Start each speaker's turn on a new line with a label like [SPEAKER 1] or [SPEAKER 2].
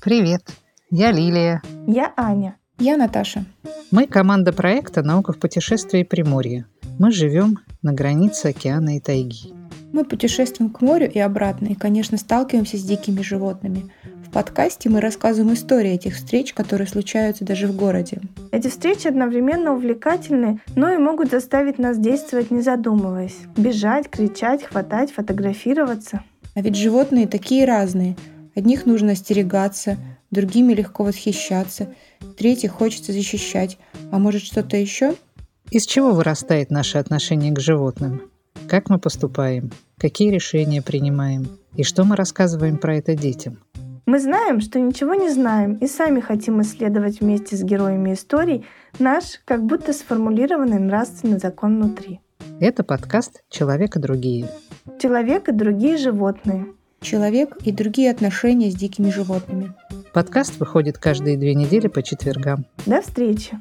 [SPEAKER 1] Привет, я Лилия.
[SPEAKER 2] Я Аня.
[SPEAKER 3] Я Наташа.
[SPEAKER 1] Мы команда проекта «Наука в путешествии Приморья». Мы живем на границе океана и тайги.
[SPEAKER 3] Мы путешествуем к морю и обратно, и, конечно, сталкиваемся с дикими животными. В подкасте мы рассказываем истории этих встреч, которые случаются даже в городе.
[SPEAKER 2] Эти встречи одновременно увлекательны, но и могут заставить нас действовать не задумываясь. Бежать, кричать, хватать, фотографироваться.
[SPEAKER 3] А ведь животные такие разные. Одних нужно остерегаться, другими легко восхищаться, третьих хочется защищать. А может что-то еще?
[SPEAKER 1] Из чего вырастает наше отношение к животным? Как мы поступаем? Какие решения принимаем? И что мы рассказываем про это детям?
[SPEAKER 2] Мы знаем, что ничего не знаем и сами хотим исследовать вместе с героями историй наш как будто сформулированный нравственный закон внутри.
[SPEAKER 1] Это подкаст «Человек и другие».
[SPEAKER 2] Человек и другие животные.
[SPEAKER 3] Человек и другие отношения с дикими животными.
[SPEAKER 1] Подкаст выходит каждые две недели по четвергам.
[SPEAKER 2] До встречи!